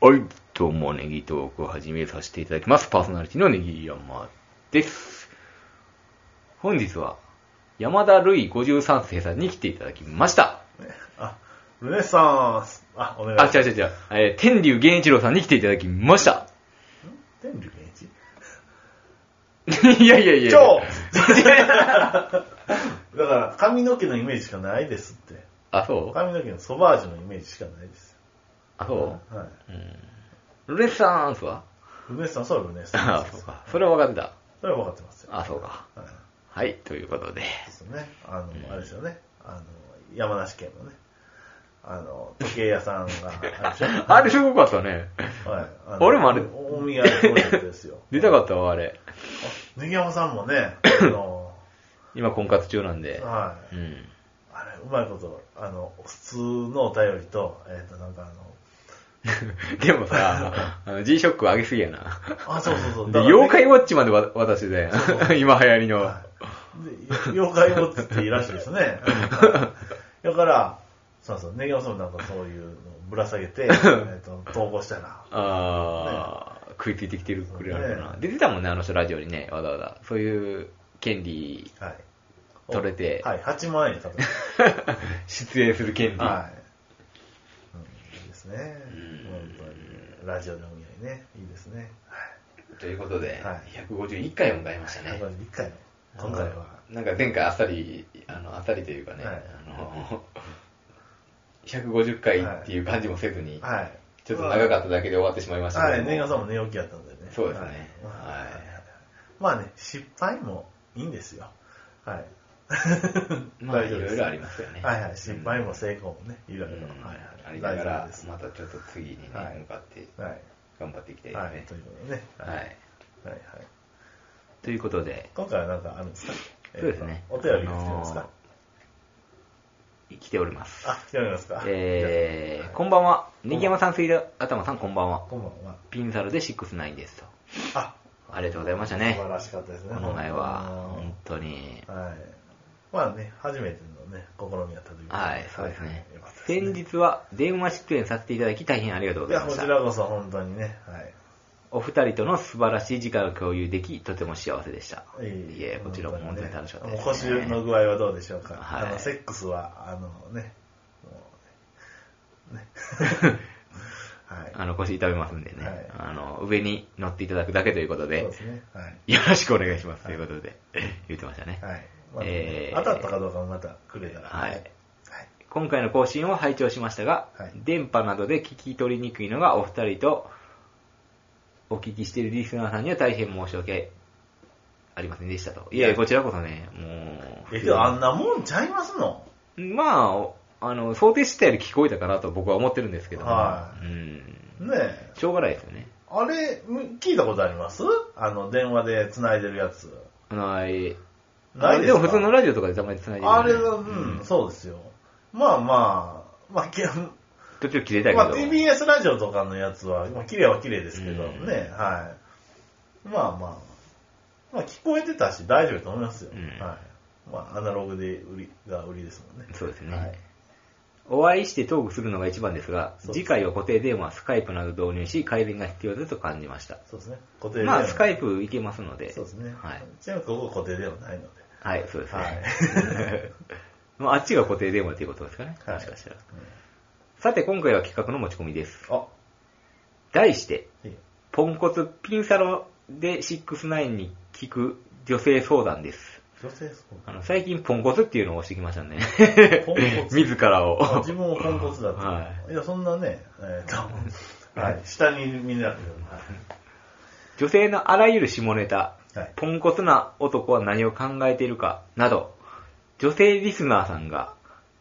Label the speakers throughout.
Speaker 1: はい、どうも、ネギトークを始めさせていただきます。パーソナリティのネギ山です。本日は、山田るい53世さんに来ていただきました。
Speaker 2: あ、ルネサンス。あ、お願い
Speaker 1: あ、違う違う違う、えー天竜源一郎さんに来ていただきました。
Speaker 2: 天竜源一
Speaker 1: いやいやいやいや。
Speaker 2: 超 だから、髪の毛のイメージしかないですって。
Speaker 1: あ、そう
Speaker 2: 髪の毛のソバージュのイメージしかないです。
Speaker 1: あ、そ
Speaker 2: は。
Speaker 1: ううん。ルネサンスはい
Speaker 2: ルネサンスはルネサン
Speaker 1: あ
Speaker 2: ス、で
Speaker 1: そう
Speaker 2: す。
Speaker 1: か。それは分かってた。
Speaker 2: それは分かってますよ。
Speaker 1: あ、そうか。
Speaker 2: はい。
Speaker 1: はい、ということで。
Speaker 2: そうですね。あの、あれですよね。あの、山梨県のね、あの、時計屋さんがあるでしょ
Speaker 1: あれすごかったね。
Speaker 2: はい。の
Speaker 1: 俺もあれ
Speaker 2: おお土産プロジェクトですよ
Speaker 1: 。出たかったわ、あれ。
Speaker 2: あネギ山さんもね、あの、
Speaker 1: 今、婚活中なんで。
Speaker 2: はい。
Speaker 1: うん。
Speaker 2: あれ、うまいこと、あの、普通のお便りと、えっ、と、なんかあの、
Speaker 1: でもさ、あの G-SHOCK 上げすぎやな。
Speaker 2: あ、そうそうそう。
Speaker 1: で、
Speaker 2: だからね
Speaker 1: 妖怪ウォッチまでわ渡してたやん。今流行りの。
Speaker 2: はいで妖怪ウォッチっていいらしいですね。はいだから、そうそう、ネギオさんもなんかそういうのをぶら下げて、えっ、と、投稿したら、
Speaker 1: あー、食いついてきてるくれるかな。で出てたもんね、あの人ラジオにね、わざわざ。そう いう権利、
Speaker 2: はい。
Speaker 1: 取れて
Speaker 2: はい、8万円だった。
Speaker 1: 出演する権利。
Speaker 2: はい。うん、いいですね。本当に。ラジオのお土産ね、いいですね。
Speaker 1: ということで、
Speaker 2: は
Speaker 1: 151回を迎えました
Speaker 2: はい。
Speaker 1: ね。
Speaker 2: 1回の、今回は。
Speaker 1: なんか前回あっさり、あの、あっさりというかね、
Speaker 2: はい
Speaker 1: あの、150回っていう感じもせずに、
Speaker 2: はい。
Speaker 1: ちょっと長かっただけで終わってしまいました
Speaker 2: は
Speaker 1: け
Speaker 2: い、
Speaker 1: ども
Speaker 2: 年賀さんも寝起きやったんでね。
Speaker 1: そうですね
Speaker 2: はい
Speaker 1: はい
Speaker 2: まあね、失敗もいいんですよ。はい。
Speaker 1: まあ、いろいろあり
Speaker 2: ま
Speaker 1: ますよね。
Speaker 2: はいはい、失敗も成功もね、いろいろ。
Speaker 1: うん
Speaker 2: はい
Speaker 1: あ
Speaker 2: はい。
Speaker 1: りなが
Speaker 2: 大丈夫
Speaker 1: ら
Speaker 2: です、
Speaker 1: またちょっと次にね、
Speaker 2: はい
Speaker 1: 向かって
Speaker 2: はい。
Speaker 1: 頑張っていきたい
Speaker 2: は
Speaker 1: で
Speaker 2: い、
Speaker 1: す
Speaker 2: と
Speaker 1: ね。
Speaker 2: いうことでね。
Speaker 1: はい。
Speaker 2: はい。はい。
Speaker 1: ということで、
Speaker 2: 今回はなんかあるんですか
Speaker 1: そうですね
Speaker 2: えーとお便りが来てます
Speaker 1: あ
Speaker 2: か
Speaker 1: の来ております。
Speaker 2: あ、来ておりますか
Speaker 1: えー
Speaker 2: はい
Speaker 1: こんばんは。ネギ山さん、水田頭さん、こんばんは。
Speaker 2: こんばんは。
Speaker 1: ピンサルで69ですと。
Speaker 2: あ、
Speaker 1: ありがとうございました
Speaker 2: 素
Speaker 1: ね。
Speaker 2: 晴らしかったですね。
Speaker 1: この前は、
Speaker 2: うん
Speaker 1: 本当に。
Speaker 2: はい。まあね、初めてのね、試みやったということで
Speaker 1: はい、そうですね
Speaker 2: よかったですね
Speaker 1: 先日は電話出演させていただき大変ありがとうご
Speaker 2: い
Speaker 1: ざいま
Speaker 2: や、こ
Speaker 1: した。
Speaker 2: ちらこそ本当にね、はい。
Speaker 1: お二人との素晴らしい時間を共有でき、とても幸せでした。いえ、こちらも本当に楽しかったです、ね。
Speaker 2: もう腰の具合はどうでしょうか。
Speaker 1: はい
Speaker 2: あの、セックスは、あのね、もうね。 ねはい。
Speaker 1: あの、腰痛めますんでね、
Speaker 2: はい
Speaker 1: あの、上に乗っていただくだけということ
Speaker 2: そう
Speaker 1: で
Speaker 2: で、すね。はい。
Speaker 1: よろしくお願いしますと
Speaker 2: はい
Speaker 1: いうことで、 言ってましたね、
Speaker 2: はい。まあ
Speaker 1: えー
Speaker 2: 当たったかどうかもまたくれたら。
Speaker 1: はい
Speaker 2: はい。
Speaker 1: 今回の更新を拝聴しましたが、
Speaker 2: はい
Speaker 1: 電波などで聞き取りにくいのがお二人と、お聞きしているリスナーさんには大変申し訳ありませんでしたと。いやいや、こちらこそね、もう。
Speaker 2: え、けどあんなもんちゃいますの
Speaker 1: まあ、あの、想定してたより聞こえたかなと僕は思ってるんですけども、
Speaker 2: はい
Speaker 1: うん。
Speaker 2: ねえ。
Speaker 1: しょうがないですよね。
Speaker 2: あれ、む聞いたことありますあの、電話で繋いでるやつ。
Speaker 1: あの、あれ
Speaker 2: ないですか
Speaker 1: も普通のラジオとかでたまに繋いでるよね
Speaker 2: あれは、うん、そうですよ。まあまあ、まあ、け
Speaker 1: 途中切れたけど。
Speaker 2: まあ、TBS ラジオとかのやつは、まあ、綺麗は綺麗ですけどね、
Speaker 1: うん
Speaker 2: はい。まあまあ、まあ、聞こえてたし大丈夫だと思いますよ。
Speaker 1: うん
Speaker 2: はい。まあ、アナログで売りが売りですもんね。
Speaker 1: そうですね、
Speaker 2: はい
Speaker 1: お会いしてトークするのが一番ですが、
Speaker 2: そうで
Speaker 1: 次
Speaker 2: す
Speaker 1: 回は固定電話、スカイプなど導入し、改善が必要だと感じました。
Speaker 2: そうですね。固定電話。
Speaker 1: まあ、スカイプいけますので。
Speaker 2: そうですね。
Speaker 1: はい。
Speaker 2: ちなみにここ固定ではないので。
Speaker 1: はい、そうですね。
Speaker 2: は
Speaker 1: まあ、あっちが固定電話ということですかね。
Speaker 2: はい
Speaker 1: もしかしたら。
Speaker 2: うん
Speaker 1: さて、今回は企画の持ち込みです。
Speaker 2: あ、
Speaker 1: 題して、
Speaker 2: いい。
Speaker 1: ポンコツピンサロで69に聞く女性相談です。
Speaker 2: 女性そう
Speaker 1: あの、最近ポンコツっていうのを押してきましたね。
Speaker 2: ポンコツ
Speaker 1: 自ら
Speaker 2: あ
Speaker 1: を。
Speaker 2: 自分もポンコツだった。、
Speaker 1: はい
Speaker 2: や、そんなね、 えーと、はい、下に見なくても、はい
Speaker 1: 女性のあらゆる下ネタ、
Speaker 2: はい
Speaker 1: ポンコツな男は何を考えているかなど、女性リスナーさんが、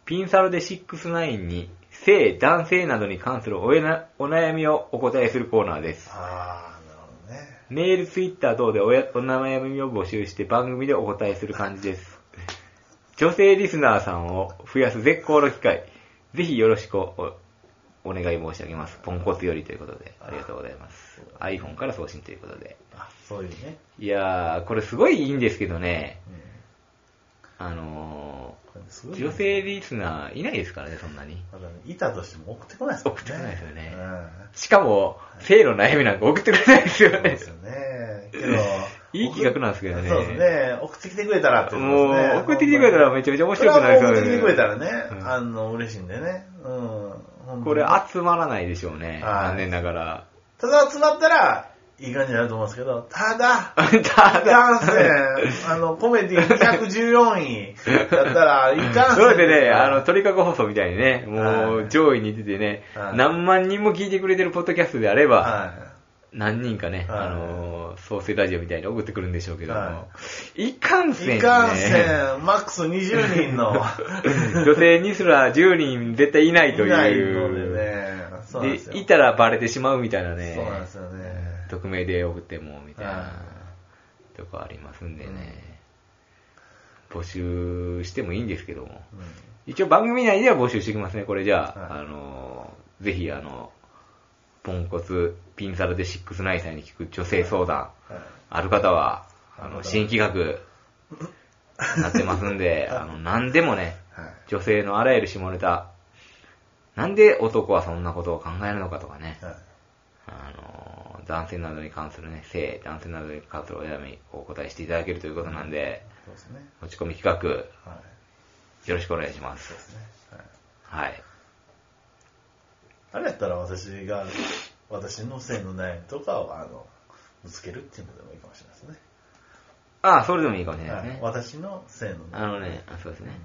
Speaker 1: ピンサロで69に、性、男性などに関するおえなお悩みをお答えするコーナーです。
Speaker 2: あー、なるほどね。
Speaker 1: メール、ツイッター等でおやお悩みを募集して番組でお答えする感じです。女性リスナーさんを増やす絶好の機会、ぜひよろしくおお願い申し上げます。ポンコツよりということで、ありがとうございます。iPhone から送信ということで。
Speaker 2: あ、そういうね。
Speaker 1: いやー、これすごいいいんですけどね、
Speaker 2: うん
Speaker 1: あの
Speaker 2: これすごい
Speaker 1: ー、
Speaker 2: ね
Speaker 1: 女性リスナーいないですからね、そんなに。
Speaker 2: まだね、いたとしても送ってこないですもんね。
Speaker 1: 送ってこないですよね
Speaker 2: うん
Speaker 1: しかも、性の悩みなんか送ってくれないですよ
Speaker 2: そうで
Speaker 1: ね、
Speaker 2: す。よね。けど
Speaker 1: いい企画なんですけどね
Speaker 2: そうですね。送ってきてくれたらっていうこと
Speaker 1: も
Speaker 2: ですね
Speaker 1: う、送ってきてくれたらめちゃめちゃ面白くなり
Speaker 2: それ
Speaker 1: そう
Speaker 2: はもう
Speaker 1: で
Speaker 2: 送っ
Speaker 1: す
Speaker 2: てき
Speaker 1: ね
Speaker 2: てくれたらね、
Speaker 1: うん
Speaker 2: あの、嬉しいんでね。うん本当に。
Speaker 1: これ集まらないでしょうね。
Speaker 2: はい
Speaker 1: 残念ながら。
Speaker 2: ただ集まったら、いい感じになると思うんですけど、ただ、
Speaker 1: た
Speaker 2: いかんせん、あの、コメディ214位だったら、いかんせん。
Speaker 1: そうですね、あの、鳥かご放送みたいにね、も
Speaker 2: は
Speaker 1: う
Speaker 2: い
Speaker 1: 上位に出てね
Speaker 2: は、い
Speaker 1: 何万人も聞いてくれてるポッドキャストであれば、
Speaker 2: は
Speaker 1: 何人かね、
Speaker 2: はい
Speaker 1: あのー、創生ラジオみたいに送ってくるんでしょうけども
Speaker 2: は、
Speaker 1: いかんせん
Speaker 2: い。
Speaker 1: ね。
Speaker 2: いかんせん、マックス20 人の、
Speaker 1: 女性にすら10人絶対いないという。
Speaker 2: いないのでね。そうなんですよ。
Speaker 1: でいたらバレてしまうみたいなね。
Speaker 2: そうなんですよね。
Speaker 1: 匿名で送っても、みたい
Speaker 2: は
Speaker 1: な、とこありますんでね。募集してもいいんですけども。
Speaker 2: うん
Speaker 1: 一応番組内では募集してきますね、これじゃあ。
Speaker 2: はい
Speaker 1: あのー、ぜひあの、ポンコツ、ピンサロでシックスナインさんに聞く女性相談、
Speaker 2: はい
Speaker 1: ある方は、あ
Speaker 2: あ
Speaker 1: の、
Speaker 2: る方は
Speaker 1: 新企画、なってますん で、あの、何でもね、
Speaker 2: はい
Speaker 1: 女性のあらゆる下ネタ、なんで男はそんなことを考えるのかとかね、
Speaker 2: はい
Speaker 1: あの、男性などに関するね、性、男性などに関するお悩みをお答えしていただけるということなんで、
Speaker 2: そうですね。
Speaker 1: 持ち込み企画、
Speaker 2: はい。
Speaker 1: よろしくお願いしま
Speaker 2: そう
Speaker 1: す
Speaker 2: で。すね。はい
Speaker 1: はい。
Speaker 2: あれやったら私が、私の性の悩みとかを、あの、ぶつけるっていうのでもいいかもしれないですね。
Speaker 1: ああ、それでもいいかもしれない
Speaker 2: は
Speaker 1: で
Speaker 2: い
Speaker 1: す、ね。
Speaker 2: 私の性の
Speaker 1: あ
Speaker 2: 悩
Speaker 1: のね、あそうです
Speaker 2: み
Speaker 1: ね。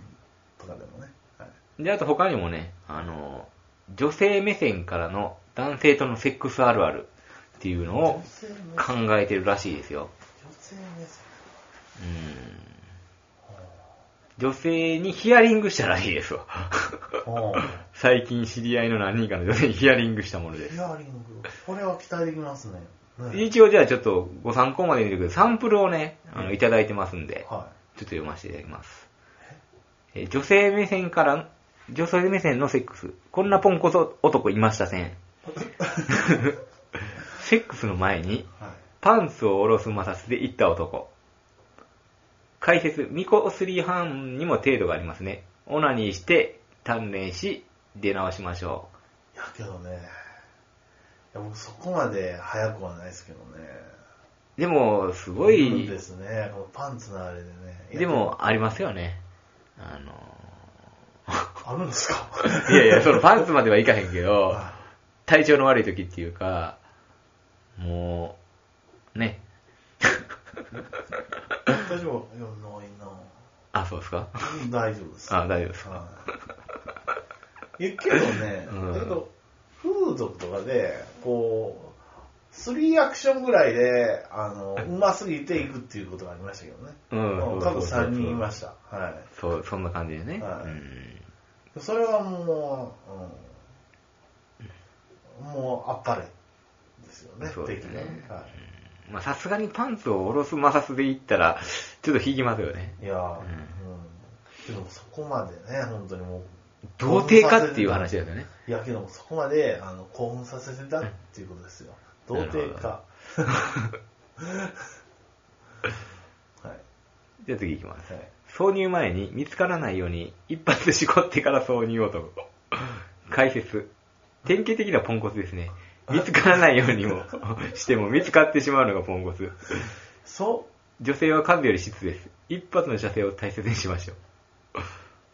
Speaker 2: とかでもね。はい
Speaker 1: で、あと他にもね、あの、女性目線からの男性とのセックスあるあるっていうのを
Speaker 2: 女性の
Speaker 1: 考えてるらしいですよ。
Speaker 2: 女性です
Speaker 1: うん女性にヒアリングしたらしいですわ。
Speaker 2: おう
Speaker 1: 最近知り合いの何人かの女性にヒアリングしたものです
Speaker 2: ヒ。アリング。これは期待できますね。ね
Speaker 1: 一応じゃあちょっとご参考まで見てください。サンプルをね、あのいただいてますんで、ちょっ
Speaker 2: は
Speaker 1: と読ませていただきます。えー女性目線から、女性目線のセックス。こんなポンコツ男いましたせん。 セックスの前に、
Speaker 2: い。はい。
Speaker 1: パンツを下ろす摩擦で行った男。解説、ミコスリーハンにも程度がありますね。オナニーして、鍛錬し、出直しましょ
Speaker 2: いやけどね、いや僕そこまで早くはないですけどね。
Speaker 1: う。でも、す
Speaker 2: す
Speaker 1: ごい、
Speaker 2: ですね。このパンツのあれでね。いや
Speaker 1: で、も、ありますよね。あの
Speaker 2: あるんですか
Speaker 1: いやいや、そのパンツまではいかへんけど、
Speaker 2: は
Speaker 1: 体調の悪い時っていうか、もう、ね。
Speaker 2: い大丈夫いやないな
Speaker 1: あ、そうですか
Speaker 2: うん大丈夫です。
Speaker 1: あ、大丈夫ですか
Speaker 2: はいいやけどね、
Speaker 1: うん
Speaker 2: だけど、風俗とかで、こう、スリーアクションぐらいで、あの、うますぎていくっていうことがありましたけどね。
Speaker 1: うん
Speaker 2: 過去3人いました。はい。
Speaker 1: そう、そんな感じでね。
Speaker 2: はい
Speaker 1: うん
Speaker 2: それはもう、うん、もう、あっぱれですよね、
Speaker 1: そうですね
Speaker 2: 的には
Speaker 1: まあさすがにパンツを下ろす摩擦でいったら、ちょっと引きますよね。
Speaker 2: い。いやー、
Speaker 1: う
Speaker 2: うんんでもそこまでね、本当にもう、
Speaker 1: 童貞かっていう話ですよね。
Speaker 2: いやけどもそこまであの興奮させてたっていうことですよ。童貞か。 はい。
Speaker 1: じゃあ次行きます。
Speaker 2: はい。
Speaker 1: 挿入前に見つからないように一発絞ってから挿入男。解説。典型的なポンコツですね。見つからないようにもしても見つかってしまうのがポンコツ。
Speaker 2: そ
Speaker 1: 女性は数より質です。一発の射精を大切にしましょう。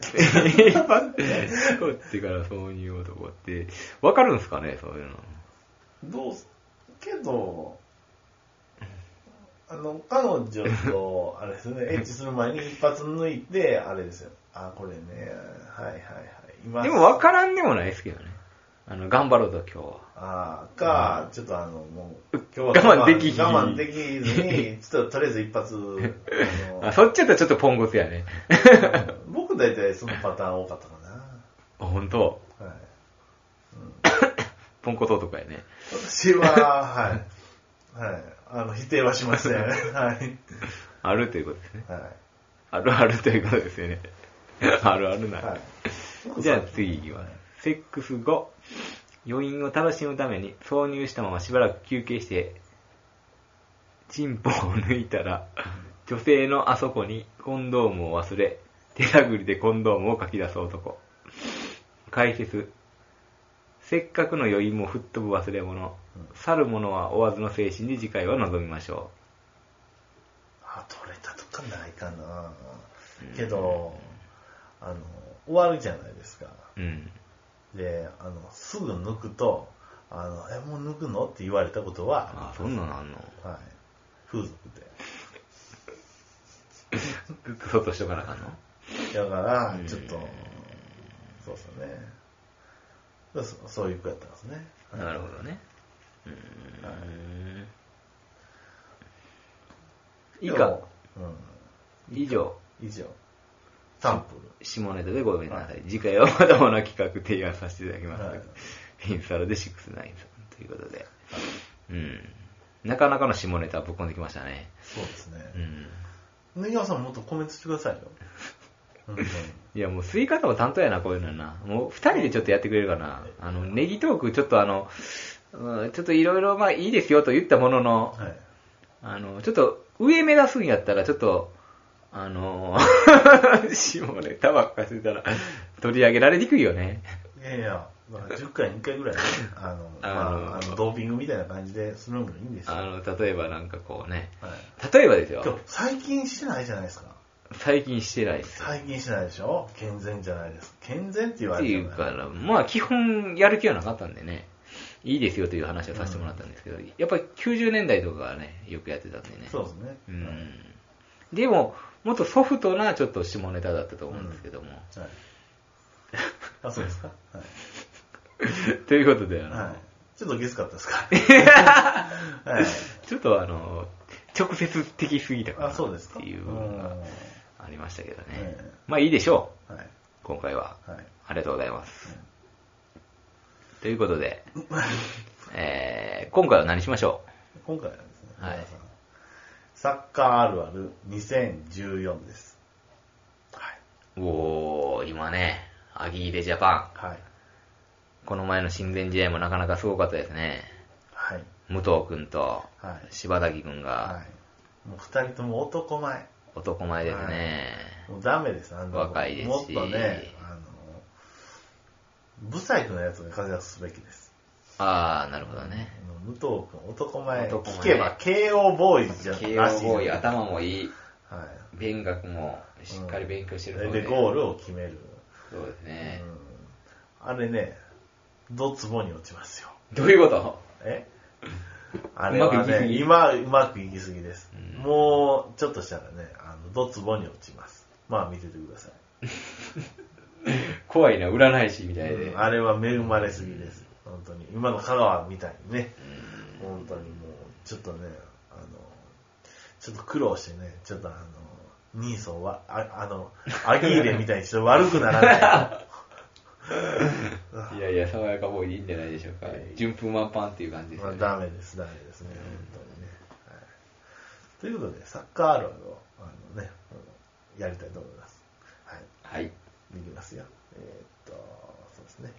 Speaker 1: 一発絞ってから挿入男って、わかるんすかねそういうの。
Speaker 2: う、どうす、けど、あの、彼女と、あれですね、エッチする前に一発抜いて、あれですよ。あ、これね、はいはいはい。今
Speaker 1: でも分からんでもないですけどね。あの、頑張ろうと今日は。
Speaker 2: あーか、ちょっとあの、もう、今
Speaker 1: 我慢できひん
Speaker 2: 我慢できずに、ちょっととりあえず一発、あの
Speaker 1: あ、 そっちやったらちょっとポンコツやね。
Speaker 2: 僕大体そのパターン多かったか
Speaker 1: あ、ほんと。
Speaker 2: な。はい、
Speaker 1: ポンコツ男やね。
Speaker 2: 私は、はい。はい。あの、否定はしません。 はい。
Speaker 1: あるということですね。
Speaker 2: は
Speaker 1: あるあるということです よね。あるある
Speaker 2: い。
Speaker 1: な。
Speaker 2: はい。
Speaker 1: じゃあ次いきます。セックス後、余韻を楽しむために挿入したまましばらく休憩して、チンポを抜いたら、女性のあそこにコンドームを忘れ、手探りでコンドームを書き出す男。解説。せっかくの余韻も吹っ飛ぶ忘れ物。
Speaker 2: うん
Speaker 1: 去る者は追わずの精神に次回は臨みましょ
Speaker 2: あ、取れたとかないかな。けど、あの、終わるじゃないですか。
Speaker 1: う。うん。
Speaker 2: で、あの、すぐ抜くと、あの、え、もう抜くのって言われたことは、
Speaker 1: あ、そんなのあんの
Speaker 2: はい。風俗
Speaker 1: そっとしとかなあかんの
Speaker 2: で。だから
Speaker 1: う、ん
Speaker 2: ちょっと、そうですよね。でそそういう子やったんですね。はい
Speaker 1: なるほどね。う
Speaker 2: は
Speaker 1: ーん。以
Speaker 2: で
Speaker 1: 下
Speaker 2: も、う
Speaker 1: 以上、
Speaker 2: ん。以上。サンプル。
Speaker 1: 下ネタでごめんなさい。次回はまだまだ企画提案させていただきます。
Speaker 2: はい
Speaker 1: インサロで6-9さんということで。うん。なかなかの下ネタぶっ込んできましたね。
Speaker 2: そうですね。
Speaker 1: うん。
Speaker 2: ネギワさんもっとコメントしてくだ さいよ。うんうん
Speaker 1: いや、もう吸い方も担当やな、こういうのな。もう二人でちょっとやってくれるかな。あの、ネギトーク、ちょっとあの、うんちょっといろいろ、まあいいですよと言ったものの、
Speaker 2: はい。
Speaker 1: あの、ちょっと、上目指すんやったら、ちょっと、あの、 下ネタばっかしてたら、取り上げられにくいよね。
Speaker 2: いやいや、まあ、10回に1回ぐらいね、 あの、
Speaker 1: あ
Speaker 2: ま
Speaker 1: の
Speaker 2: あ、あのドーピングみたいな感じでするのもいいんですよ。
Speaker 1: あ
Speaker 2: はい。
Speaker 1: の、例えばなんかこうね、例えばです
Speaker 2: 今日
Speaker 1: よ、、
Speaker 2: 最近してないじゃないですか。
Speaker 1: 最近してないです。
Speaker 2: 最近してないでしょ健全じゃないです。健全って言
Speaker 1: っ
Speaker 2: われ
Speaker 1: て
Speaker 2: て
Speaker 1: い
Speaker 2: も
Speaker 1: う
Speaker 2: ね
Speaker 1: から、まあ基本やる気はなかったんでね、いいですよという話をさせてもらったんですけど、やっぱり90年代とかはね、よくやってたんでね。
Speaker 2: そうですね。
Speaker 1: うん。でも、もっとソフトなちょっと下ネタだったと思うんですけども。
Speaker 2: はい。あ、そうですかはい。
Speaker 1: ということで、あの、
Speaker 2: はい。ちょっとゲスかったで すかはい。
Speaker 1: ちょっとあの、直接的すぎたかな
Speaker 2: あ、そうですか
Speaker 1: っていう
Speaker 2: う
Speaker 1: の
Speaker 2: んは
Speaker 1: が
Speaker 2: い。
Speaker 1: ありましたけどね。
Speaker 2: ええ
Speaker 1: まあいいでしょ、
Speaker 2: はいう
Speaker 1: 今回は。
Speaker 2: はい。
Speaker 1: ありがとうございます。ということで、えー、今回は何しましょ
Speaker 2: 今回はですね、
Speaker 1: はい
Speaker 2: 皆さんサッカーあるある2014です。はい。
Speaker 1: うおー、今ね、アギーレジャパ
Speaker 2: はい。
Speaker 1: ン。この前の親善試合もなかなかすごかったですね。
Speaker 2: はい。
Speaker 1: 武藤くんと
Speaker 2: はい
Speaker 1: 柴崎くんが
Speaker 2: はい。もう二人とも男前。
Speaker 1: 男前ですね。
Speaker 2: もうダメです、あの、
Speaker 1: 若いですし
Speaker 2: もっとね、あの、ブサイクなやつが活躍すべきです。
Speaker 1: あー、なるほどね。
Speaker 2: あの武藤君、男前。
Speaker 1: 男前
Speaker 2: 聞けば、KO ボーイじゃらしい
Speaker 1: 慶
Speaker 2: じゃん。
Speaker 1: 応ボーイ、頭もいい。
Speaker 2: は
Speaker 1: 勉学も
Speaker 2: い。
Speaker 1: しっかり勉強してる
Speaker 2: う
Speaker 1: の
Speaker 2: ん
Speaker 1: で。
Speaker 2: で、ゴールを決める。
Speaker 1: そうですね。
Speaker 2: うんあれね、ドツボに落ちますよ。
Speaker 1: どういうこと
Speaker 2: えあれは
Speaker 1: うまくいきす
Speaker 2: ね、
Speaker 1: ぎ
Speaker 2: 今、うまくいきすぎです。
Speaker 1: うん
Speaker 2: もう、ちょっとしたらね、あの、ドツボに落ちます。まあ、見ててください。
Speaker 1: 怖いな、占い師みたいで。
Speaker 2: あれは恵まれすぎです。本当に。今の香川みたいにね。本当にもう、ちょっとね、あの、ちょっと苦労してね、ちょっとあの、ニーソンは、ああの、アギーレみたいにして悪くなら ない。
Speaker 1: いやいや、爽やかボーイでいいんじゃないでしょうか。順風満帆っていう感じです
Speaker 2: まあ
Speaker 1: よね。
Speaker 2: ダメです、ダメですね、本当にね。はい、ということで、サッカーあるあるを、あのね、うんやりたいと思います。はい。
Speaker 1: はい。
Speaker 2: いきますよ。えーっと、そうですね。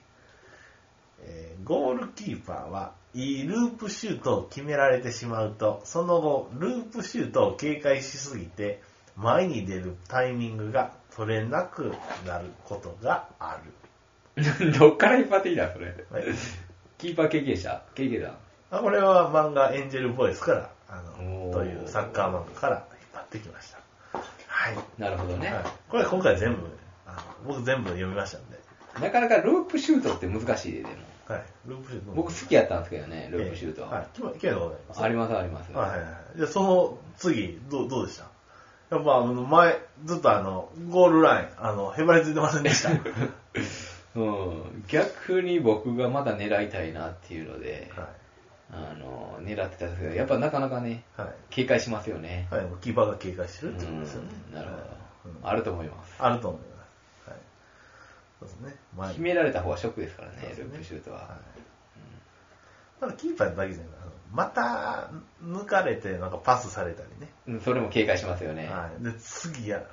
Speaker 2: えーゴールキーパーはいいループシュートを決められてしまうと、その後、ループシュートを警戒しすぎて、前に出るタイミングが取れなくなることがある。
Speaker 1: どっから引っ張ってきたそれ。
Speaker 2: はい
Speaker 1: キーパー経験者経験だ。
Speaker 2: あこれは漫画エンジェルボイスから、あ
Speaker 1: お
Speaker 2: の、
Speaker 1: ー
Speaker 2: というサッカー漫画から引っ張ってきました。はい。
Speaker 1: なるほどね。
Speaker 2: はいこれ今回全部、あの僕全部読みましたんで。
Speaker 1: なかなかループシュートって難しいで、でも。
Speaker 2: はい。ループシュート。
Speaker 1: 僕好きやったんですけどね、ループシュート。
Speaker 2: ええはい。今、今のございます。
Speaker 1: ありますあります。
Speaker 2: はいはいはい。じゃあその次、どう、どうでしたやっぱ、あの、前、ずっとあの、ゴールライン、あの、へばりついてません でした。はい。
Speaker 1: うん。逆に僕がまだ狙いたいなっていうので、あの、狙ってたんですけど、やっぱなかなかね、
Speaker 2: はい。
Speaker 1: 警戒しますよね。
Speaker 2: はい。もうキーパーが警戒してるってことですよね。
Speaker 1: うんなるほど
Speaker 2: うん。
Speaker 1: あると思います。
Speaker 2: あると思います。はい。そうですね。前
Speaker 1: 決められた方はショックですからね
Speaker 2: そうで、すね
Speaker 1: ループシュート
Speaker 2: は。
Speaker 1: はい
Speaker 2: ただキーパーだけじゃない。あのまた、抜かれて、なんかパスされたりね。
Speaker 1: うんそれも警戒しますよね。
Speaker 2: はい。で、次や、ね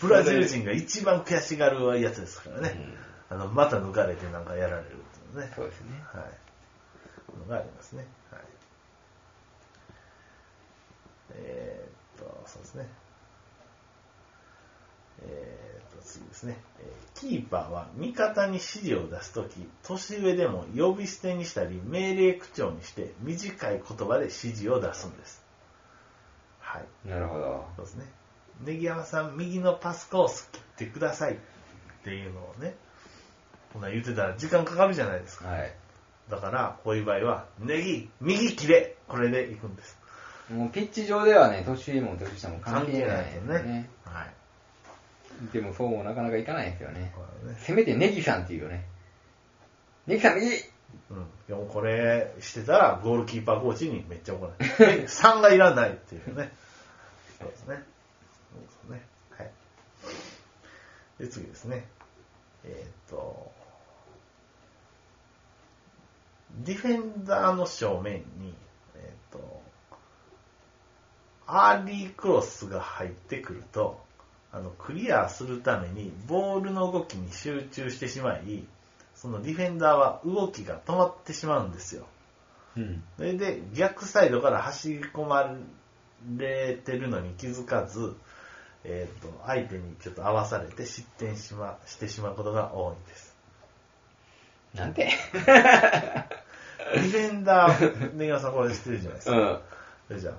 Speaker 2: ブラジル人が一番悔しがるやつですからね。あの、また抜かれてなんかやられるっていうね。
Speaker 1: そうですね。
Speaker 2: はい。のがありますね。はい。えーっと、そうですね。えーっと、次ですね。えーキーパーは味方に指示を出すとき、年上でも呼び捨てにしたり、命令口調にして、短い言葉で指示を出すんです。はい。
Speaker 1: なるほど。
Speaker 2: そうですね。ネギ山さん、右のパスコース切ってくださいっていうのをね、こんなん言ってたら時間かかるじゃないですか。
Speaker 1: はい。
Speaker 2: だから、こういう場合は、ネギ、右切れこれで行くんです。
Speaker 1: もうピッチ上ではね、年上も年下も関係ないです
Speaker 2: 関
Speaker 1: ね。
Speaker 2: 係ないですね。はい。
Speaker 1: でもそうもなかなかいかないですよね。
Speaker 2: これね
Speaker 1: せめてネギさんっていうよね。ネギさん右
Speaker 2: うん、でもこれしてたらゴールキーパーコーチにめっちゃ怒られる。3がいらないっていうね。そうですね。そうですね。はい。で、次ですね。えーっと、ディフェンダーの正面に、えーっと、アーリークロスが入ってくると、あの、クリアするためにボールの動きに集中してしまい、そのディフェンダーは動きが止まってしまうんですよ。
Speaker 1: うん。
Speaker 2: それで逆サイドから走り込まれてるのに気づかず、えっ、と、相手にちょっと合わされて失点しま、してしまうことが多いんです。
Speaker 1: なん て
Speaker 2: ディフェンダー、ね、皆さんこれ知ってるじゃないです
Speaker 1: う
Speaker 2: か。
Speaker 1: ん。
Speaker 2: でじゃあ、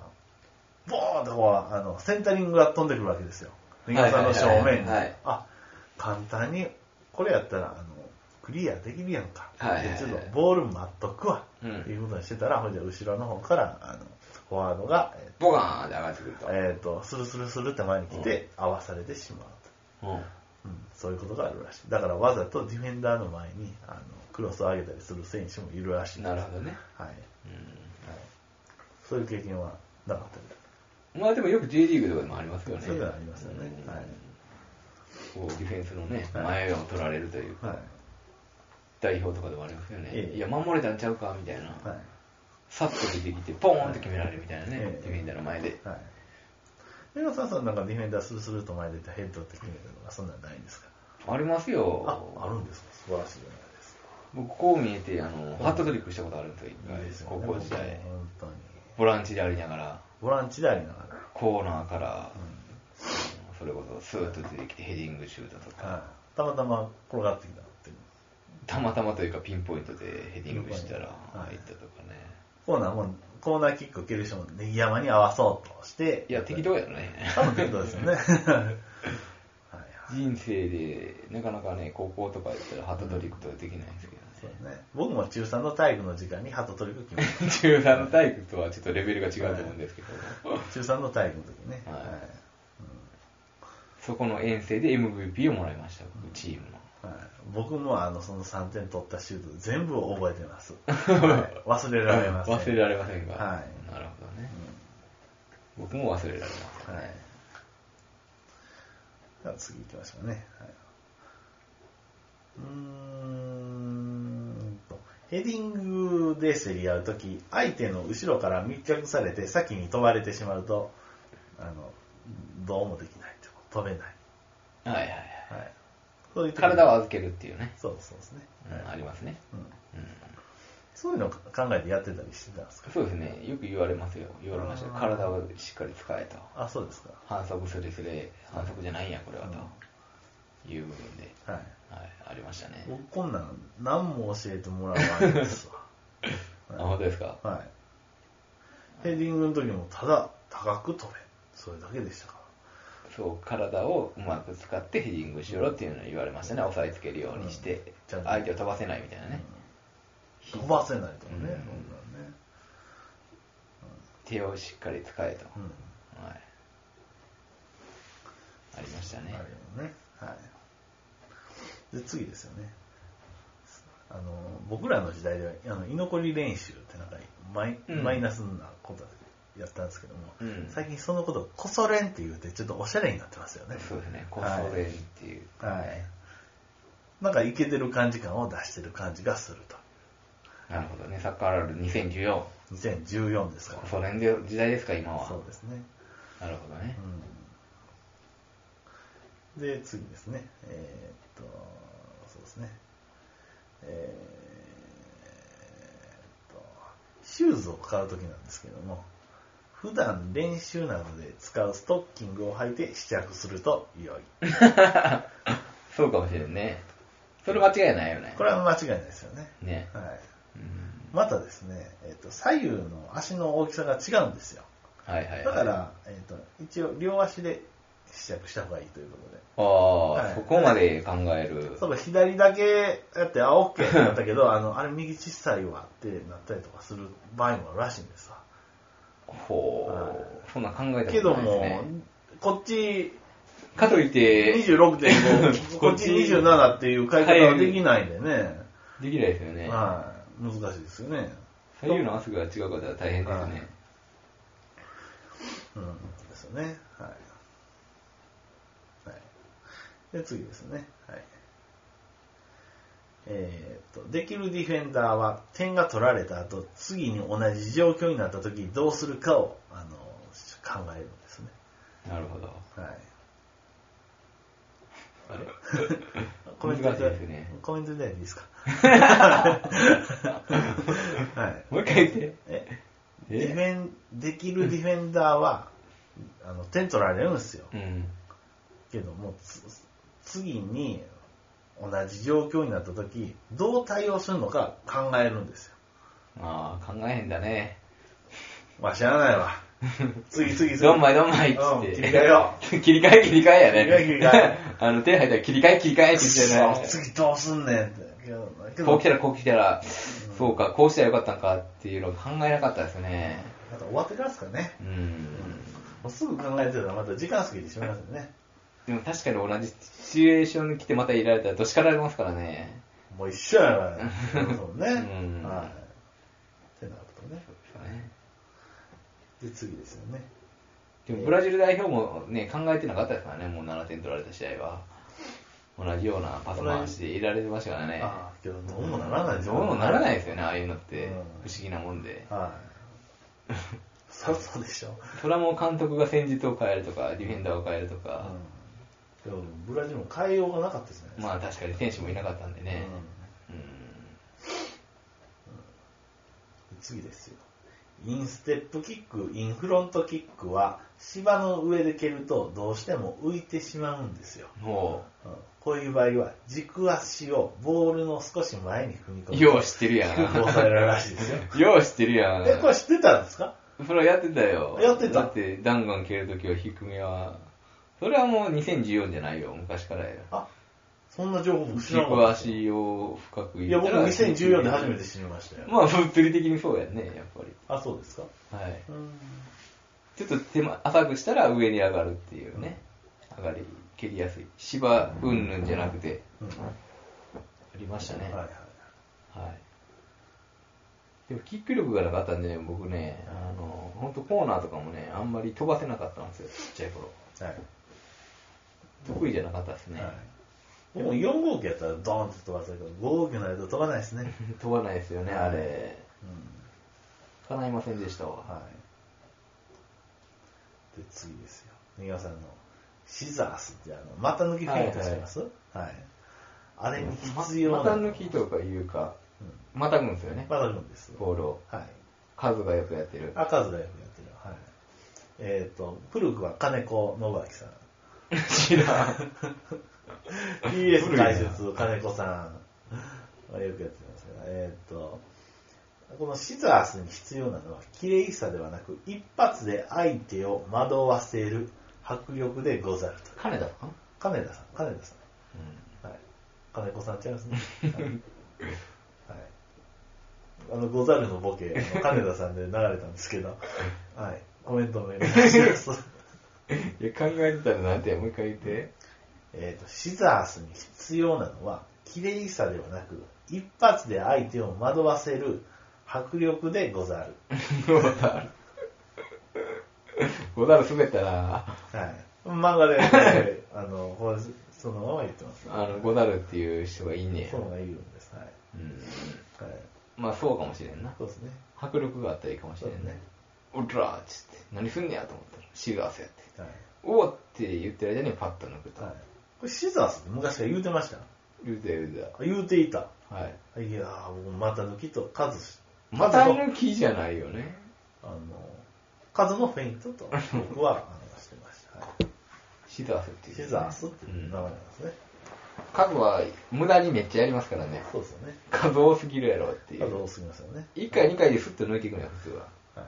Speaker 2: ボーンとこう、あの、センタリングが飛んでくるわけですよ。ネギさんの正
Speaker 1: はいはい
Speaker 2: 面に。
Speaker 1: はいはい
Speaker 2: あ、簡単に、これやったら、あの、クリアできるやんか。
Speaker 1: はいはいはい
Speaker 2: でちょっとボール待っとくわ。
Speaker 1: うん
Speaker 2: っていうことにしてたら、ほんじゃ後ろの方から、あの、フォワードが、えっ、
Speaker 1: ボカーンって上がってくると。
Speaker 2: と、えーとスルスルスルって前に来て、合わされてしまうと。
Speaker 1: うん。
Speaker 2: うん、そういうことがあるらしい。だからわざとディフェンダーの前に、あの、クロスを上げたりする選手もいるらしい。
Speaker 1: なるほどね。
Speaker 2: はい。はい。
Speaker 1: うん。
Speaker 2: そういう経験はなかったです。
Speaker 1: まあでもよく J リーグとかでもありますよね。
Speaker 2: そういうのはありますよね
Speaker 1: うん
Speaker 2: はい
Speaker 1: こう、ディフェンスのね、
Speaker 2: はい
Speaker 1: 前を取られるという、
Speaker 2: はい。
Speaker 1: 代表とかでもありますよね。
Speaker 2: ええ
Speaker 1: いや、守れたんちゃうか、みたいな。
Speaker 2: はい。
Speaker 1: さっと出てきて、ポーンって決められるみたいなね、
Speaker 2: ええ
Speaker 1: ディフェンダーの前で。
Speaker 2: はい。皆さん、そのなんかディフェンダースルスルっと前出てヘッドって決めるのがそんなんないんですか
Speaker 1: あります
Speaker 2: あ
Speaker 1: よ。、
Speaker 2: あるんですか素晴らしいじゃないですか。
Speaker 1: 僕、こう見えて、あの、ハットトリックしたことあるんですよ、一
Speaker 2: いい
Speaker 1: 回
Speaker 2: ですよ
Speaker 1: 高
Speaker 2: ね。
Speaker 1: 校時代。
Speaker 2: 僕も本当に。
Speaker 1: ボランチでありながら、
Speaker 2: ボランチでありながら。
Speaker 1: コーナーから、
Speaker 2: うん
Speaker 1: それこそスーッと出てきてヘディングシュートと
Speaker 2: はい
Speaker 1: か、。
Speaker 2: たまたま転がってきたっていう。
Speaker 1: たまたまというかピンポイントでヘディングしたら
Speaker 2: は
Speaker 1: 入
Speaker 2: い
Speaker 1: ったとかね。
Speaker 2: コーナーも、コーナーキック受ける人もネギ山に合わそうとして。
Speaker 1: いや、適当やろね。
Speaker 2: 多分適当ですよね。 はいはい。
Speaker 1: 人生で、なかなかね、高校とか行ったらハットトリックとかできないんですけ
Speaker 2: そ
Speaker 1: ど
Speaker 2: う
Speaker 1: ね。
Speaker 2: だね。僕も中3の体育の時間にハトトリック決めました。
Speaker 1: 中3の体育とはちょっとレベルが違うと思うんですけど、
Speaker 2: 中3の体育の時ね。
Speaker 1: はい
Speaker 2: うん
Speaker 1: そこの遠征で MVP をもらいました、チームの。
Speaker 2: はい、僕もあのその3点取ったシュート全部を覚えてます、 はい、忘れられません
Speaker 1: 忘れられませんが、
Speaker 2: はい
Speaker 1: なるほどね。
Speaker 2: う
Speaker 1: 僕も忘れられます、
Speaker 2: ん
Speaker 1: ね
Speaker 2: はいでは次行きましょうね、はい、うーんとヘディングで競り合うとき相手の後ろから密着されて先に飛ばれてしまうとあのどうもできないと飛べない、
Speaker 1: はいはいはい。
Speaker 2: はい、そういう時に
Speaker 1: 体を預けるっていうね、
Speaker 2: そうそうですね、
Speaker 1: うん
Speaker 2: はい
Speaker 1: ありますね、
Speaker 2: うん
Speaker 1: うん。
Speaker 2: そういうのを考えてやってたりしてたんですか
Speaker 1: そうですね、よく言われますよ。言われましたよ。
Speaker 2: あー
Speaker 1: 体をしっかり使えと。
Speaker 2: あ、そうですか。
Speaker 1: 反則すれすれ、反則じゃないんや、これはと。いう部分で、
Speaker 2: はい。
Speaker 1: はい、ありましたね。
Speaker 2: 僕こんなん何も教えてもらわないです
Speaker 1: あ、
Speaker 2: わ。
Speaker 1: 本当ですか
Speaker 2: はい。はい。ヘディングの時もただ高く飛べ。それだけでしたか
Speaker 1: そう、体をうまく使ってヘディングしろっていうのを言われましたね。押さえつけるようにして、
Speaker 2: うん
Speaker 1: 相手を飛ばせないみたいな
Speaker 2: ら。
Speaker 1: ね。
Speaker 2: うん飛ばせないとかね、
Speaker 1: うん
Speaker 2: そんなんね。
Speaker 1: 手をしっかり使えと。
Speaker 2: うん。
Speaker 1: はい。ありましたね
Speaker 2: あ。れもね。はい。で、次ですよね。あの、僕らの時代では、あの、居残り練習ってなんかマイ、
Speaker 1: うん
Speaker 2: マイナスなことやったんですけども、
Speaker 1: うん
Speaker 2: 最近そのことをこそ練って言うて、ちょっとおしゃれになってますよね。
Speaker 1: そうですね、コストレンっていう。
Speaker 2: はい。なんかイケてる感じ感を出してる感じがすると。
Speaker 1: なるほどね、サッカーラール2014。
Speaker 2: 2014ですから。
Speaker 1: それんで時代ですか、今は。
Speaker 2: そうですね。
Speaker 1: なるほどね。
Speaker 2: うんで、次ですね。えーっと、そうですね。えーっと、シューズを買うときなんですけども、普段練習などで使うストッキングを履いて試着すると良い。
Speaker 1: そうかもしれんね。それ間違いないよね。
Speaker 2: これは間違いないですよね。
Speaker 1: ね。
Speaker 2: はい。
Speaker 1: うん
Speaker 2: またですね、えっと左右の足の大きさが違うんですよ。
Speaker 1: はいはいはい。
Speaker 2: だから、えっと一応両足で試着した方がいいということで。
Speaker 1: ああ、
Speaker 2: はい
Speaker 1: そこまで考える。
Speaker 2: そうか、左だけやって、あ、OK ってなったけど、あの、あれ右小さいわってなったりとかする場合もあるらしいんですわ。
Speaker 1: ほ
Speaker 2: は
Speaker 1: う。そんなん考えた
Speaker 2: け
Speaker 1: こと
Speaker 2: ど
Speaker 1: ないですね
Speaker 2: も。、こっち
Speaker 1: かといって、
Speaker 2: 26.5、こっち27っていう回答ができないんでね。
Speaker 1: できないですよね。
Speaker 2: はい。難しいですよね。
Speaker 1: 左右の圧が違う方は大変ですね。
Speaker 2: うん。ですよね。はい。はい。で、次ですね。はい。えーっと、できるディフェンダーは点が取られた後、次に同じ状況になった時どうするかを、あの、考えるんですね。
Speaker 1: なるほど。
Speaker 2: はい。
Speaker 1: あれ
Speaker 2: コメントいただい
Speaker 1: 難しいですね
Speaker 2: コメントいただいていいですか は い。
Speaker 1: もう一回言って。
Speaker 2: え
Speaker 1: え
Speaker 2: ディフェン、できるディフェンダーは、あの、点取られるんですよ。
Speaker 1: うん。
Speaker 2: けども、つ次に同じ状況になった時、どう対応するのか考えるんですよ。
Speaker 1: ああ、考えへんだね。
Speaker 2: まあ知 らないわ。次次次。
Speaker 1: どんまいどんまいっつって。
Speaker 2: うん切り替えよ
Speaker 1: 切り替え切り替えやね。
Speaker 2: 切り替え切り替え
Speaker 1: あの、手入ったら切り替え切り替えって言ってたよね
Speaker 2: そう次どうすんねんって。けどけど
Speaker 1: こう来たらこう来たら、そうか、こうしたらよかったんかっていうのを考えなかったですね。
Speaker 2: また終わってからですかね。
Speaker 1: うん。
Speaker 2: もうすぐ考えてたらまた時間過ぎてしまいますよね。
Speaker 1: でも確かに同じシチュエーションに来てまたいられたらどしかられますからね。
Speaker 2: もう一緒やわ。 そう
Speaker 1: うん
Speaker 2: ね。はい。ってなるとね。で、次ですよね。
Speaker 1: でもブラジル代表もね、考えてなかったですからね、もう7点取られた試合は。同じようなパス回しでいられてましたからね。
Speaker 2: ああ、けどどうもならないです
Speaker 1: ど
Speaker 2: よ
Speaker 1: う
Speaker 2: ね
Speaker 1: もならないですよね、ああいうのって
Speaker 2: うん。
Speaker 1: 不思議なもんで。
Speaker 2: はい。そりゃそうでしょ。
Speaker 1: それはもう監督が戦術を変えるとか、ディフェンダーを変えるとか、
Speaker 2: でもブラジルも変えようがなかったじゃないですか。
Speaker 1: まあ確かに選手もいなかったんでね。うん
Speaker 2: うん次ですよ。インステップキック、インフロントキックは芝の上で蹴るとどうしても浮いてしまうんですよ。
Speaker 1: も
Speaker 2: うんこういう場合は軸足をボールの少し前に踏み込
Speaker 1: う、
Speaker 2: む。
Speaker 1: よう知ってるや
Speaker 2: 低く抑えられるらしいです よ。
Speaker 1: ん。よう知ってるや
Speaker 2: え、こ
Speaker 1: ん。
Speaker 2: れ知ってたんですか
Speaker 1: それはやってたよ。
Speaker 2: やってた
Speaker 1: だって弾丸蹴るときは低めは、それはもう2014じゃないよ、昔からや。
Speaker 2: あ、そんな情報僕知らな
Speaker 1: 軸
Speaker 2: かった。
Speaker 1: 足を深く
Speaker 2: い
Speaker 1: 入
Speaker 2: や、
Speaker 1: れた
Speaker 2: 僕
Speaker 1: ら
Speaker 2: 2014で初めて知りましたよ。
Speaker 1: まあ物理的にそうやね、やっぱり。
Speaker 2: あ、そうですか
Speaker 1: はい。
Speaker 2: うん。
Speaker 1: ちょっと手間浅くしたら上に上がるっていうね。上がり、蹴りやすい。芝うんぬんじゃなくて、
Speaker 2: うんは
Speaker 1: ありましたね。
Speaker 2: いはい。
Speaker 1: はい。でも、キック力がなかったんでね、僕ね、あの、本当コーナーとかもね、あんまり飛ばせなかったんですよ、ちっちゃい頃。
Speaker 2: はい。
Speaker 1: 得意じゃなかったですね。
Speaker 2: はい。でも4号機やったらドーンって飛ばせるけど、5号機ないと飛ばないですね。
Speaker 1: 飛ばないですよね、あれ。
Speaker 2: うん。
Speaker 1: 叶いませんでしたわ。
Speaker 2: はい。で、次ですよ。新川さんの、シザースってあの、股抜きフェイントしてますはい、あれに必要
Speaker 1: ま
Speaker 2: な。
Speaker 1: 股抜きとかいうか、
Speaker 2: うん。
Speaker 1: またぐんですよね、
Speaker 2: 股抜くんです。
Speaker 1: ボールを。
Speaker 2: はい。
Speaker 1: カズがよくやってる。
Speaker 2: 赤ずだよやってる。はい。えっ、と、古くは金子信明さん。
Speaker 1: 知らん。古
Speaker 2: TS
Speaker 1: いな
Speaker 2: 解説、金子さん。よくやってますが、えっ、と、このシザースに必要なのは、綺麗さではなく、一発で相手を惑わせる迫力でござると。
Speaker 1: 金田さん
Speaker 2: 金田さん、金田さ。
Speaker 1: うん
Speaker 2: はい。金子さんちゃいますね。はい。はいあの、ござるのボケ、あの金田さんで流れたんですけど、はい。コメントもお願いします。
Speaker 1: ん。いや、考えてたらなんて、もう一回言って。
Speaker 2: えー、とシザースに必要なのは綺麗さではなく一発で相手を惑わせる迫力でござる、
Speaker 1: ゴダル。ゴダル滑ったな。
Speaker 2: はい、漫画で、ね、あのこれそのまま言ってます
Speaker 1: あの、ゴダルっていう人がいんね
Speaker 2: そ
Speaker 1: や
Speaker 2: う。が言うんですはい、
Speaker 1: うん。
Speaker 2: はい、
Speaker 1: まあそうかもしれんな。
Speaker 2: そうですね
Speaker 1: 迫力があったらいいかもし
Speaker 2: そう
Speaker 1: れ
Speaker 2: です
Speaker 1: んね
Speaker 2: ね。、
Speaker 1: オラーっつって、何すんねやと思ったら、シーガースやって。
Speaker 2: はい
Speaker 1: おおって言ってる間にパッと抜くと。
Speaker 2: はい、これシザースって昔から言うてました
Speaker 1: 言うて言う
Speaker 2: あ言うていた
Speaker 1: た。はい。
Speaker 2: いやー僕また抜きと数し
Speaker 1: また抜きじゃないよね。
Speaker 2: あの数のフェイントと僕はあのしてました、はい
Speaker 1: シザースっていう、
Speaker 2: シザースっていう名前なんですね。
Speaker 1: 数は無駄にめっちゃやりますからね。
Speaker 2: そうですよね。
Speaker 1: 数多すぎるやろってい
Speaker 2: 数
Speaker 1: う。
Speaker 2: 多すぎますよね。
Speaker 1: 1回2回でスッと抜いていくのよ、普通は。
Speaker 2: はい。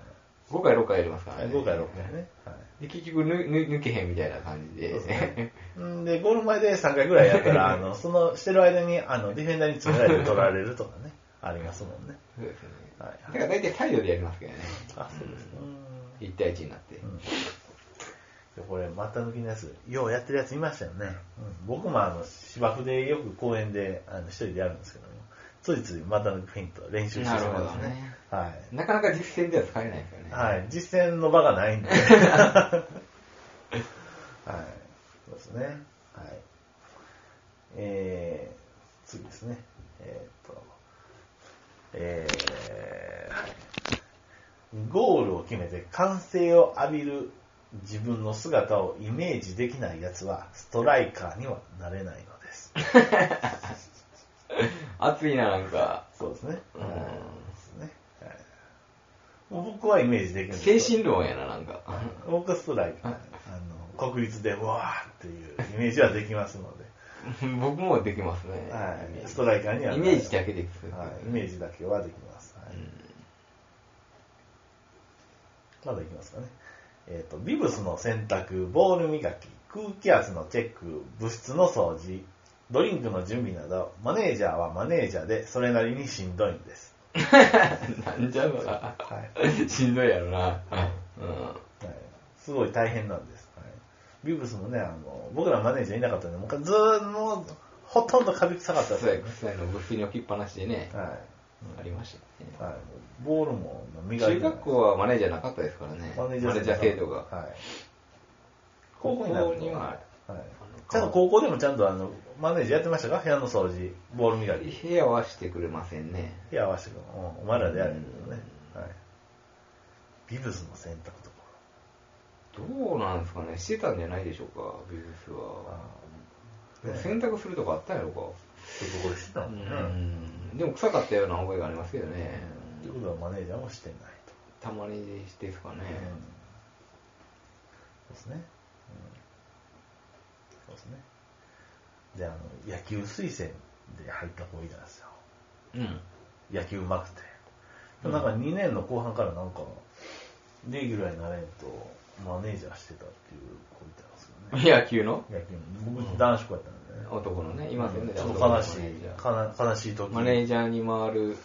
Speaker 1: 5回6回やりますからね。
Speaker 2: 5回、6回ね。はい。
Speaker 1: で、結局抜抜抜けへんみたい な感じで。
Speaker 2: そうですねうんで、ゴール前で3回ぐらいやったら、あの、その、してる間に、あの、ディフェンダーに詰められて取られるとかね、ありますもんね。
Speaker 1: そうですよね。
Speaker 2: はい
Speaker 1: だから大体サイドでやりますけどね。
Speaker 2: あ、そうですね。うん
Speaker 1: 1対1になって。
Speaker 2: でこれ、股抜きのやつ、ようやってるやついましたよね。うん、僕もあの、芝生でよく公園で、あの、一人でやるんですけども、ついつい股抜きフェイント練習してしまうん
Speaker 1: なる
Speaker 2: です
Speaker 1: ほど
Speaker 2: ね。
Speaker 1: ね
Speaker 2: はい。
Speaker 1: なかなか実践では使えないですよね。
Speaker 2: はい、実践の場がないん で。はい、そうですね。はい。えー、次ですね。えーっと、えー、はい。ゴールを決めて歓声を浴びる自分の姿をイメージできない奴は、ストライカーにはなれないのです。
Speaker 1: 熱いな、なんか。
Speaker 2: そうですね。
Speaker 1: うん
Speaker 2: はいそうですねはいもう僕はイメージできない。
Speaker 1: 精神論やな、なんか。
Speaker 2: 僕はストライカーあの国立でわーっていうイメージはできますので、
Speaker 1: 僕もできます ね。
Speaker 2: はい、ストライカーには
Speaker 1: イメージだけで作る。
Speaker 2: はい、イメージだけはできます、はいまだいきますかねえっ、とビブスの洗濯ボール磨き空気圧のチェック物質の掃除ドリンクの準備などマネージャーはマネージャーでそれなりにしんどいんです、
Speaker 1: なんじゃろな。
Speaker 2: はい
Speaker 1: しんどいやろな。うん。
Speaker 2: はい、すごい大変なんです、はい、ビブスもねあの僕らマネージャーいなかったんでもうずーっともうほとんどカビ臭かったです
Speaker 1: 臭
Speaker 2: よ
Speaker 1: い
Speaker 2: ね
Speaker 1: 臭いの物品に置きっぱなしでね、
Speaker 2: は
Speaker 1: ありましたね
Speaker 2: い。はい。ボールも磨
Speaker 1: 中
Speaker 2: いてない
Speaker 1: 学校はマネージャーなかったですからね。
Speaker 2: マネージャー制度
Speaker 1: 制度が。
Speaker 2: はい。
Speaker 1: 高校に
Speaker 2: 高校に
Speaker 1: は、
Speaker 2: はい。
Speaker 1: あの
Speaker 2: ちゃんと高校でもちゃんとあの、マネージャーやってましたか部屋の掃除、ボール磨き。
Speaker 1: 部屋はしてくれませんね。
Speaker 2: 部屋合わせてくる。うんお前らでやるけどね。はい。ビブスの洗濯とか。
Speaker 1: どうなんですかねしてたんじゃないでしょうか、ビブスは。
Speaker 2: あね
Speaker 1: 洗濯するとかあったんやろ
Speaker 2: そういうとこでしてた
Speaker 1: か。
Speaker 2: もんね。
Speaker 1: うんでも臭かったような覚えがありますけどね。
Speaker 2: ということはマネージャーもしてないと。
Speaker 1: たまにですかね。
Speaker 2: うんそうですね。うんそうですね。で、あの、野球推薦で入った子いたんですよ。
Speaker 1: うん。
Speaker 2: 野球うまくて。でもなんか2年の後半からなんか、レギュラーになれんと、マネージャーしてたっていう子いたんですよね。
Speaker 1: 野球の
Speaker 2: 野球の僕、男子校やったんでね。
Speaker 1: 男のね、いませんね。
Speaker 2: ちょっと
Speaker 1: 男のマ
Speaker 2: 悲
Speaker 1: ネ
Speaker 2: し
Speaker 1: ー
Speaker 2: い
Speaker 1: ジャ、ー
Speaker 2: かな悲しい時
Speaker 1: マネージャーに回る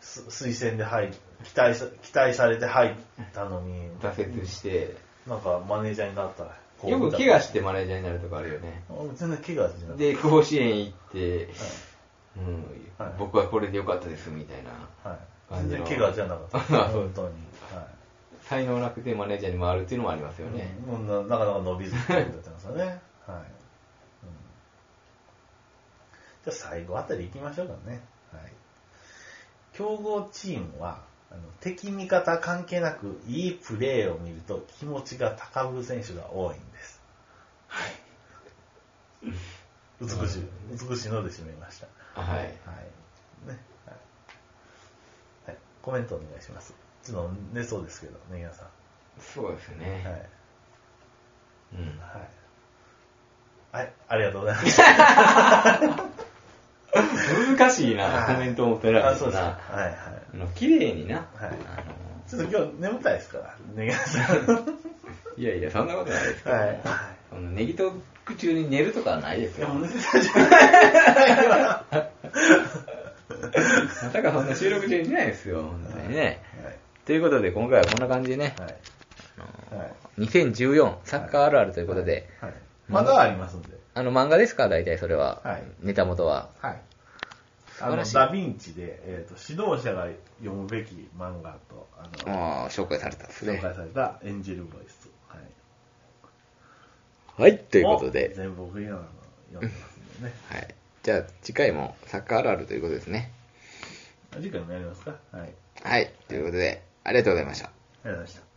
Speaker 2: す推薦で入り、期待さ、期待されて入ったのに、
Speaker 1: 挫折して、
Speaker 2: なんかマネージャーになった子
Speaker 1: よく怪
Speaker 2: が
Speaker 1: 我してマネージャーになるとかあるよね。
Speaker 2: 全然怪我じゃなくて。
Speaker 1: で、甲子園行って、
Speaker 2: はい
Speaker 1: うん、僕はこれで良かったですみたいな。
Speaker 2: はい。
Speaker 1: 感じ
Speaker 2: 全然
Speaker 1: の
Speaker 2: 怪我じゃなかった。本当に。はい。
Speaker 1: 才能なくてマネージャーに回るっていうのもありますよね。
Speaker 2: うん、ななかなか伸びずにだってますよ ね。はい、うん。じゃあ最後あたり行きましょうかね。はい。強豪チームは、あの敵味方関係なくいいプレーを見ると気持ちが高ぶる選手が多いんです。はい。美しい、美しいので締めました。
Speaker 1: はい。
Speaker 2: はい。ね。はい。はい、コメントお願いします。ちょっと寝そうですけど、ねぎらさ
Speaker 1: そうです
Speaker 2: ん。は
Speaker 1: ね。
Speaker 2: い。
Speaker 1: うん。
Speaker 2: はい。はい、ありがとうござい ます。
Speaker 1: 難しいな、
Speaker 2: はい
Speaker 1: コメントも取ら
Speaker 2: あ
Speaker 1: れ
Speaker 2: そう
Speaker 1: て
Speaker 2: です。はい
Speaker 1: な。
Speaker 2: は
Speaker 1: あの綺麗にな。
Speaker 2: はい
Speaker 1: あ
Speaker 2: い。ちょっと今日眠たいです から、寝がさん。はい
Speaker 1: のいやいや、そんなことないです。
Speaker 2: はい。
Speaker 1: そのネギトーク中に寝るとかはないです
Speaker 2: いや、
Speaker 1: よ
Speaker 2: も。う寝てたじゃない
Speaker 1: まさかそんな収録中に寝ないですよ、本当にね。
Speaker 2: はい。
Speaker 1: ということで、今回はこんな感じでね、
Speaker 2: はい。はい。
Speaker 1: 2014サッカーあるあるということで、
Speaker 2: はい。まだありますんで。
Speaker 1: あの漫画ですか大体それは。
Speaker 2: はい
Speaker 1: ネタ元は。
Speaker 2: はい。
Speaker 1: 素
Speaker 2: あ
Speaker 1: 晴
Speaker 2: の、ダ
Speaker 1: らしい
Speaker 2: ヴィンチで、えっと、指導者が読むべき漫画と、あの、
Speaker 1: ああ、紹介されたんです
Speaker 2: 紹
Speaker 1: ね。
Speaker 2: 介されたエンジェルボイス。はい。
Speaker 1: はい、と
Speaker 2: と
Speaker 1: いうことで。
Speaker 2: 全部僕今の読んでますんでね。
Speaker 1: はい。じゃあ次回もサッカーあるあるということですね。
Speaker 2: 次回もやりますかはい。ありがとう
Speaker 1: はい。ということで、ありがとうございました。
Speaker 2: ございました。